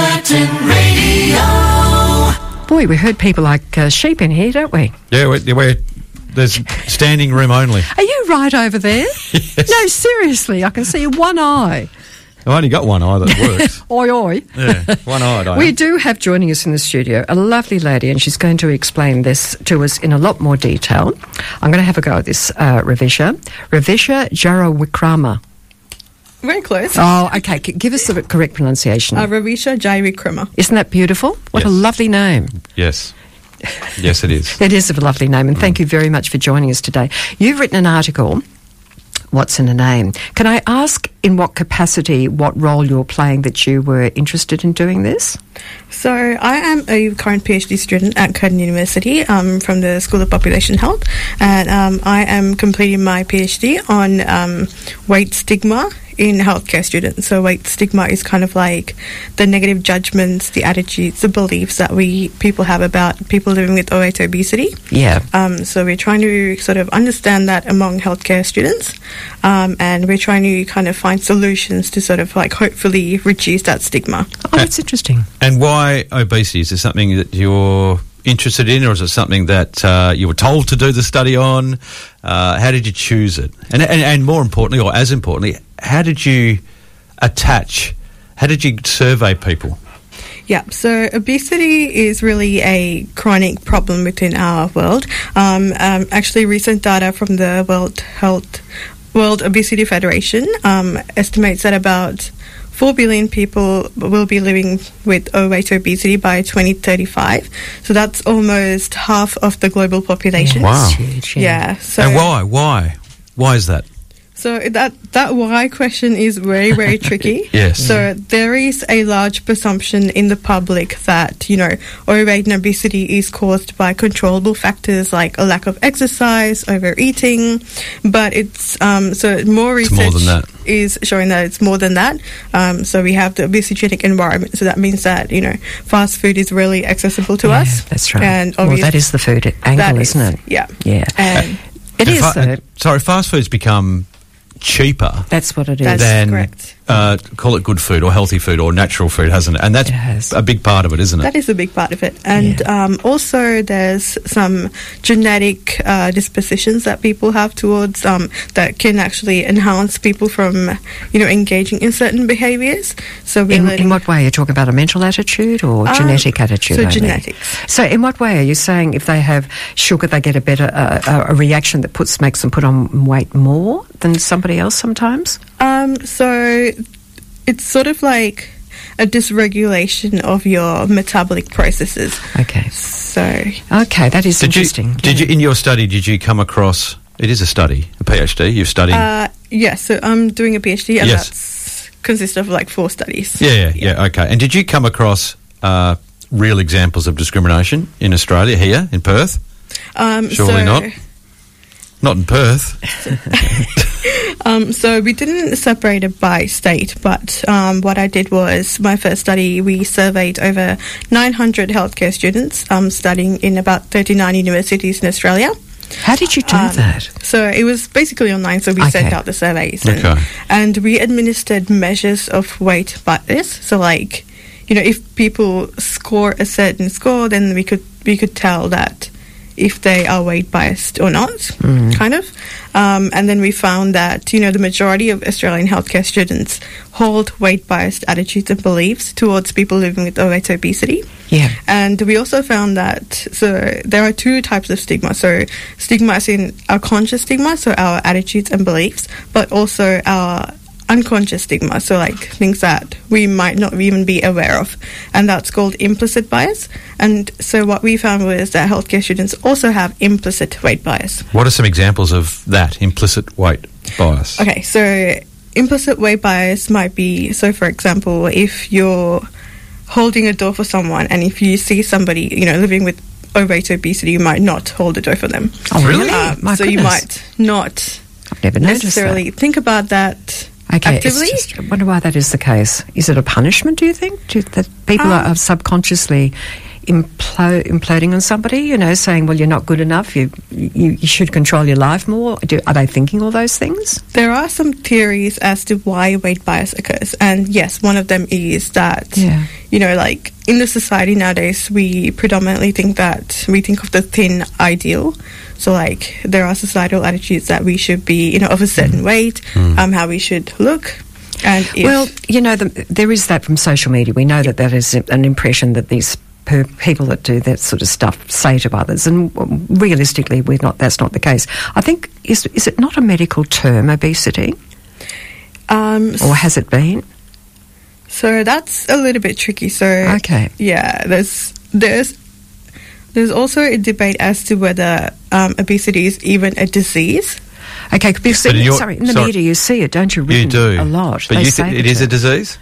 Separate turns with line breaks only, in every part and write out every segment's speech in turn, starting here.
Mountain Radio.
Boy, we heard people like uh, sheep in here, don't we?
Yeah, we're, we're, there's standing room only.
Are you right over there? No, seriously, I can see one eye.
I've only got one eye that works.
Oi, oi.
yeah, one eyed. I
We
am.
do have joining us in the studio a lovely lady, and she's going to explain this to us in a lot more detail. I'm going to have a go at this, uh, Ravisha. Ravisha Jarawikrama.
Very close.
Oh, okay. c- Give us the correct pronunciation.
Uh, Ravisha Jayavikrama.
Isn't that beautiful? What a
Yes.
lovely name.
Yes, yes, it is.
It is a lovely name, and thank you very much for joining us today. You've written an article, What's in a Name? Can I ask in what capacity, what role you're playing that you were interested in doing this?
So I am a current PhD student at Curtin University um, from the School of Population Health, and um, I am completing my PhD on um, weight stigma in healthcare students. So weight stigma is kind of like the negative judgments, the attitudes, the beliefs that we people have about people living with overweight obesity.
Yeah.
Um, so we're trying to sort of understand that among healthcare students, um, and we're trying to kind of find solutions to sort of like hopefully reduce that stigma.
Oh, that's interesting.
And why obesity? Is it something that you're interested in, or is it something that uh, you were told to do the study on? Uh, how did you choose it? And, and and more importantly, or as importantly, how did you attach? How did you survey people?
Yeah, so obesity is really a chronic problem within our world. Um, um, actually, recent data from the World Health World Obesity Federation um, estimates that about 4 billion people will be living with overweight obesity by 2035. So that's almost half of the global population.
Wow.
It's huge,
Yeah. So
and why? Why? Why is that?
so that that why question is very very tricky.
Yes.
So there is a large presumption in the public that you know overweight and obesity is caused by controllable factors like a lack of exercise, overeating, but it's um, so more
It's
research
more than that.
is showing that it's more than that. Um, so we have the obesogenic environment. So that means that you know fast food is really accessible to
Yeah,
us.
That's right.
And
well,
obviously
that is the food
that
angle, is isn't it?
Yeah.
Yeah.
And
And
It is,
fa-
though.
Sorry, fast food's become cheaper
That's what it is.
That's-
than
correct.
Uh, call it good food or healthy food or natural food, hasn't it? And that's
It has.
a big part of it, isn't it?
That is a big part of it. And um, also, there's some genetic uh, dispositions that people have towards um, that can actually enhance people from, you know, engaging in certain behaviors. So we're
in,
learning.
in what way? You're talking about a mental attitude or
Um,
genetic attitude?
so
only?
genetics.
So, in what way are you saying if they have sugar, they get a better uh, uh, a reaction that puts makes them put on weight more than somebody else sometimes?
Um, so it's sort of like a dysregulation of your metabolic processes.
Okay,
So
okay, that is
Did you,
interesting.
did you, in your study, did you come across? It is a study, a PhD. You've studied.
uh, yeah, so I'm doing a PhD, and
Yes.
that's consists of like four studies.
yeah, yeah, yeah. Okay. And did you come across uh, real examples of discrimination in Australia here in Perth?
Um,
Surely
so-
not. Not in Perth.
Um, so we didn't separate it by state, but um, what I did was my first study. We surveyed over 900 healthcare students um, studying in about 39 universities in Australia.
How did you do
Um,
that?
So it was basically online. So we sent
Okay.
out the surveys, and,
Okay.
and we administered measures of weight bias. So like, you know, if people score a certain score, then we could we could tell that if they are weight biased or not, kind of. Um, and then we found that you know the majority of Australian healthcare students hold weight biased attitudes and beliefs towards people living with overweight obesity.
Yeah.
And we also found that so there are two types of stigma. So stigma is in our conscious stigma, so our attitudes and beliefs, but also our unconscious stigma, so like things that we might not even be aware of. And that's called implicit bias. And so what we found was that healthcare students also have implicit weight bias.
What are some examples of that implicit weight bias?
Okay, so implicit weight bias might be so, for example, if you're holding a door for someone, and if you see somebody, you know, living with overweight obesity, you might not hold a door for them.
Oh, really?
Um,
My
so you
goodness.
might not
I've never noticed
necessarily think about that
that. Okay, it's
actively.
just- I wonder why that is the case. Is it a punishment? Do you think Do you- that people are,
Um,
are subconsciously implo- imploding on somebody, you know, saying, well, you're not good enough, you, you, you should control your life more? Do, are they thinking all those things?
There are some theories as to why weight bias occurs, and yes, one of them is that
Yeah.
you know, like in the society nowadays, we predominantly think that we think of the thin ideal. So, like, there are societal attitudes that we should be, you know, of a certain weight, um, how we should look, and
Mm.
if,
Well, you know, the, there is that from social media. We know that that is an impression that these per, people that do that sort of stuff say to others, and um, realistically, we're not. That's not the case. I think is is it not a medical term, obesity,
um,
or has it been?
So that's a little bit tricky. So
Okay.
yeah, there's there's there's also a debate as to whether um, obesity is even a disease.
Okay, because
But
in-
you're-
sorry, in the
sorry.
media you see it, don't you?
You
Written
do
a lot.
but
They
you
say
think
the
it is a
term.
disease.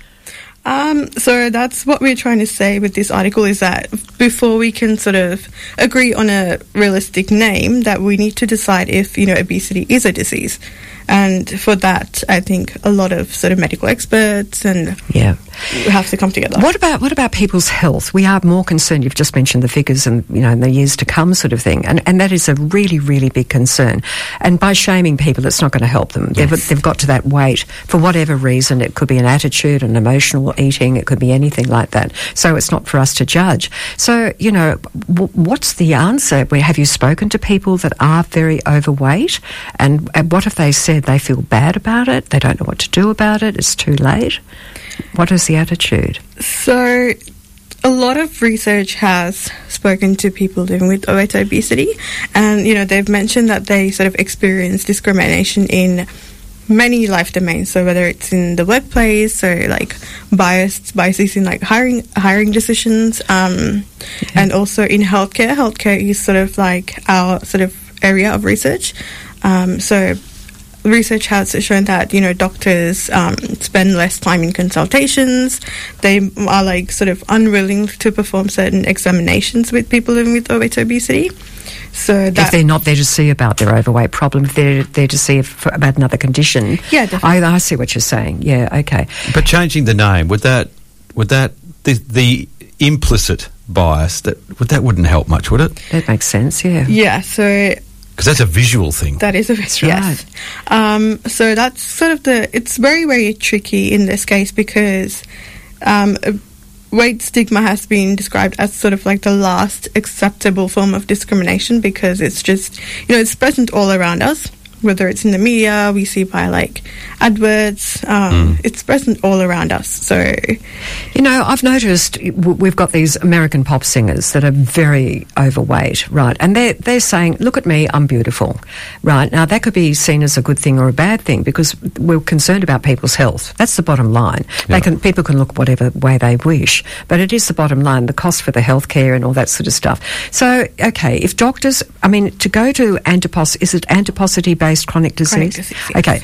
Um, so that's what we're trying to say with this article is that before we can sort of agree on a realistic name, that we need to decide if you know obesity is a disease, and for that, I think a lot of sort of medical experts and
Yeah.
have to come together.
What about what about people's health? We are more concerned. You've just mentioned the figures, and you know, in the years to come, sort of thing, and and that is a really, really big concern. And by shaming people, it's not going to help them. They've, they've got to that weight for whatever reason. It could be an attitude, an emotional eating. It could be anything like that. So it's not for us to judge. So you know, w- what's the answer? Where have you spoken to people that are very overweight, and, and what have they said? They feel bad about it. They don't know what to do about it. It's too late. What is the attitude?
So, a lot of research has spoken to people living with overweight obesity, and you know they've mentioned that they sort of experience discrimination in many life domains. So whether it's in the workplace, so like biased biases in like hiring hiring decisions, um, and also in healthcare. Healthcare is sort of like our sort of area of research. Um, so research has shown that you know doctors um, spend less time in consultations. They are like sort of unwilling to perform certain examinations with people living with overweight obesity. So
if
that
they're not there to see about their overweight problem, if they're there to see if, for, about another condition.
Yeah, definitely.
I, I see what you're saying. Yeah, okay.
But changing the name would that would that the, the implicit bias that would that wouldn't help much, would it?
That makes sense, yeah.
yeah, so
Because that's a visual thing.
That is a
That's
yes. Um, so that's sort of the. It's very very tricky in this case because um, uh, weight stigma has been described as sort of like the last acceptable form of discrimination because it's just you know it's present all around us. Whether it's in the media, we see by like adverts, um, it's present all around us. So
You know, I've noticed w- we've got these American pop singers that are very overweight, right? And they're, they're saying, look at me, I'm beautiful, right? Now, that could be seen as a good thing or a bad thing because we're concerned about people's health. That's the bottom line. They can, people can look whatever way they wish, but it is the bottom line, the cost for the healthcare and all that sort of stuff. So, okay, if doctors, I mean, to go to antipos, is it antiposity-based chronic disease?
Chronic disease, yes.
Okay.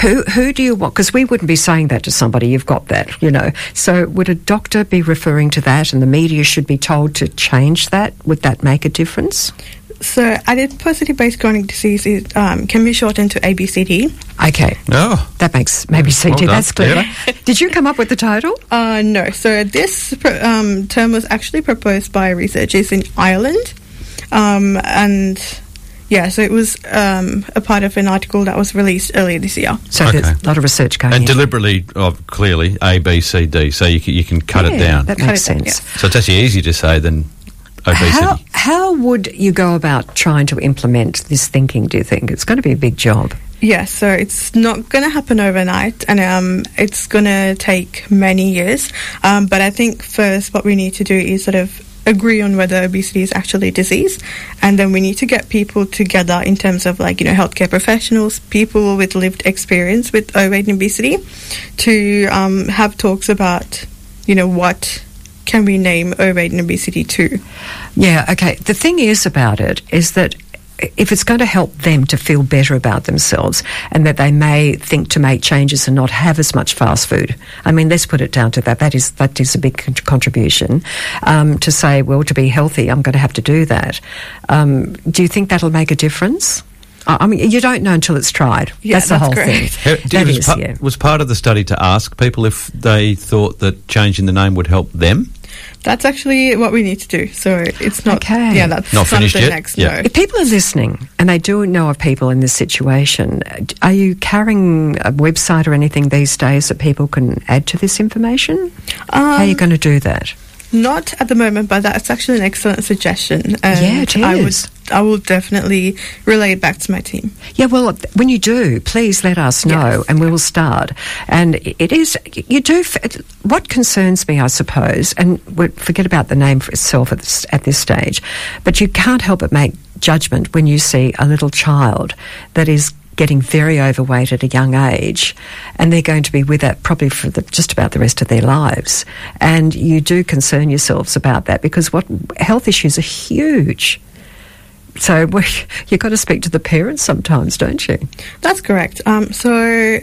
Who who do you want? Because we wouldn't be saying that to somebody. You've got that, you know. So would a doctor be referring to that, and the media should be told to change that? Would that make a difference?
so adiposity based chronic disease is, um, can be shortened to ABCD.
Okay,
Oh,
that makes maybe CT.
done.
That's clever.
Yeah.
Did you come up with the title?
Uh, no. So this pro- um, term was actually proposed by researchers in Ireland, um, and yeah, so it was um, a part of an article that was released earlier this year.
So
Okay.
there's a lot of research going
and
in.
deliberately, oh, clearly A B C D, so you can, you can cut it
Yeah,
down.
That
Cut
makes
it down,
sense.
yes.
so it's actually easier to say than obesity.
How how would you go about trying to implement this thinking? Do you think it's going to be a big job?
Yeah, so it's not going to happen overnight, and um, it's going to take many years. Um, but I think first, what we need to do is sort of agree on whether obesity is actually a disease, and then we need to get people together in terms of like you know healthcare professionals, people with lived experience with overweight and obesity, to um, have talks about you know what can we name overweight and obesity to.
Yeah, okay. The thing is about it is that if it's going to help them to feel better about themselves and that they may think to make changes and not have as much fast food. I mean, let's put it down to that. That is that is a big con- contribution um, to say, well, to be healthy, I'm going to have to do that. Um, do you think that'll make a difference? I I mean, you don't know until it's tried.
Yeah,
that's the
that's
whole
correct.
thing.
How- did-
That
was,
is,
pa-
yeah.
was part of the study to ask people if they thought that changing the name would help them?
that's actually what we need to do. So it's not.
Okay.
Yeah, that's
Not finished
the
yet?
Next,
Yeah.
no.
If people are listening and they do know of people in this situation, uh, d- are you carrying a website or anything these days that people can add to this information?
Uh,
How are you going to do that?
Not at the moment, but that's actually an excellent suggestion. And
Yeah, it
I
is.
would. I will definitely relay it back to my team.
Yeah, well, when you do, please let us know
Yes.
and we will start. And i- it is, you do, f- what concerns me, I suppose, and we- forget about the name for itself at this, at this stage, but you can't help but make judgment when you see a little child that is getting very overweight at a young age and they're going to be with that probably for the, just about the rest of their lives and you do concern yourselves about that because what health issues are huge so we- you've got to speak to the parents sometimes, don't you?
That's correct. Um, so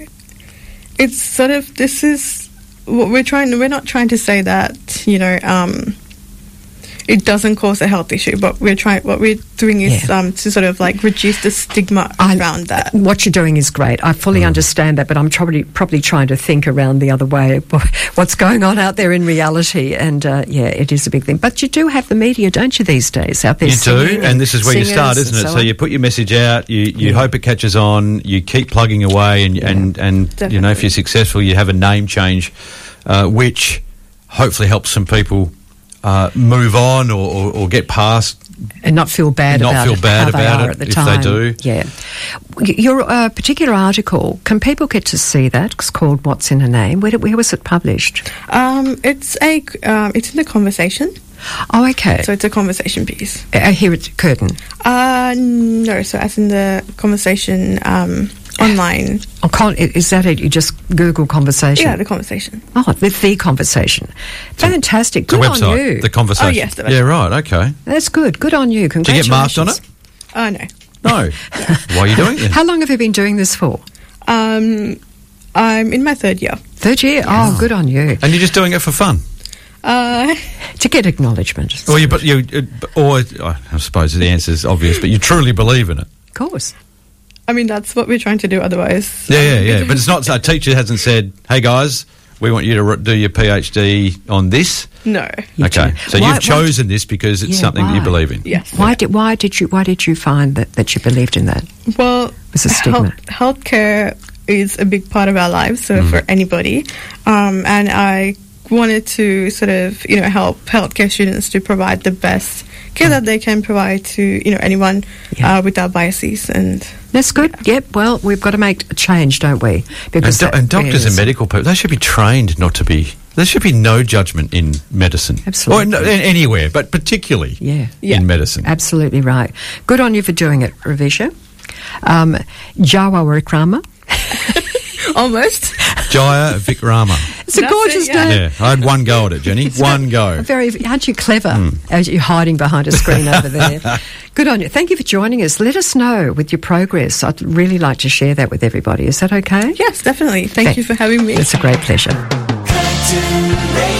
it's sort of this is what we're trying. We're not trying to say that you know um, it doesn't cause a health issue, but we're trying. What we're doing is
Yeah.
um, to sort of like reduce the stigma around that.
What you're doing is great. I
Mm.
fully understand that, but I'm probably probably trying to think around the other way. What's going on out there in reality? And uh, yeah, it is a big thing. But you do have the media, don't you? These days out there,
You do,
singing
and this is where you
singers
start,
and
isn't it? So,
on.
you put your message out, you, you
Yeah.
hope it catches on, you keep plugging away, and and and you know if
Definitely.
you're successful, you have a name change, uh, which hopefully helps some people uh, move on or, or, or get past.
and not feel bad
Not
about
feel
it,
bad
how they
about it
are at the
if they
time.
do.
Yeah. Y- Your uh, particular article, can people get to see that? It's called "What's in a Name." Where, did- where was it published?
Um, it's a um, it's in the conversation,
Oh, okay.
so it's a conversation piece.
uh, here it's Curtin.
Uh, no, so as in the conversation um,
Ah,
online.
Oh, con- i- is that it? You just Google conversation.
Yeah, the conversation.
Oh, the, the conversation. Fantastic.
The
Good on
website,
you.
the conversation.
Oh, yes, the
yeah, right. Okay.
That's good. Good on you.
Do you
Congratulations.
get marked on it?
Oh no.
No. Why are you doing it?
How long have you been doing this for?
Um, I'm in my third year.
Third year? Oh, good on you.
And you're just doing it for fun,
Uh,
To get acknowledgement.
or you, but you, or I suppose the answer is obvious, but you truly believe in it.
Of course.
I mean, that's what we're trying to do. Otherwise, Um,
Um,
Yeah, yeah, yeah. But it's not. A teacher hasn't said, "Hey guys, we want you to r- do your PhD on this."
no.
okay,
do.
so
Why- why-
you've chosen this because it's
Yeah,
something that you
why?
believe in.
Yes.
Why did why did you why did you find that, that you believed in that?
Well,
It's a stigma.
Health, healthcare is a big part of our lives, so
Mm.
for anybody, um, and I wanted to sort of you know help healthcare students to provide the best care
Mm.
that they can provide to you know anyone
Yeah.
uh, without biases and
That's good. Yep. Well, we've got to make a change, don't we?
And, do-
that
and doctors and
is-
medical people, they should be trained not to be. There should be no judgment in medicine,
Absolutely.
or no, in- anywhere, but particularly
Yeah.
Yeah.
in medicine.
Absolutely right. Good on you for doing it, Ravisha. Um, Jawa Wikrama.
almost
Jaya Vikrama.
It's a
That's it,
gorgeous
yeah.
name.
yeah, I had one go at it, Jenny. One go. Hmm.
Very, aren't you clever? As you're hiding behind a screen over there. Good on you. Thank you for joining us. Let us know with your progress. I'd really like to share that with everybody. Is that okay?
yes, definitely. Thank
Thank-
you for having me.
It's a great pleasure.
Curtain Radio.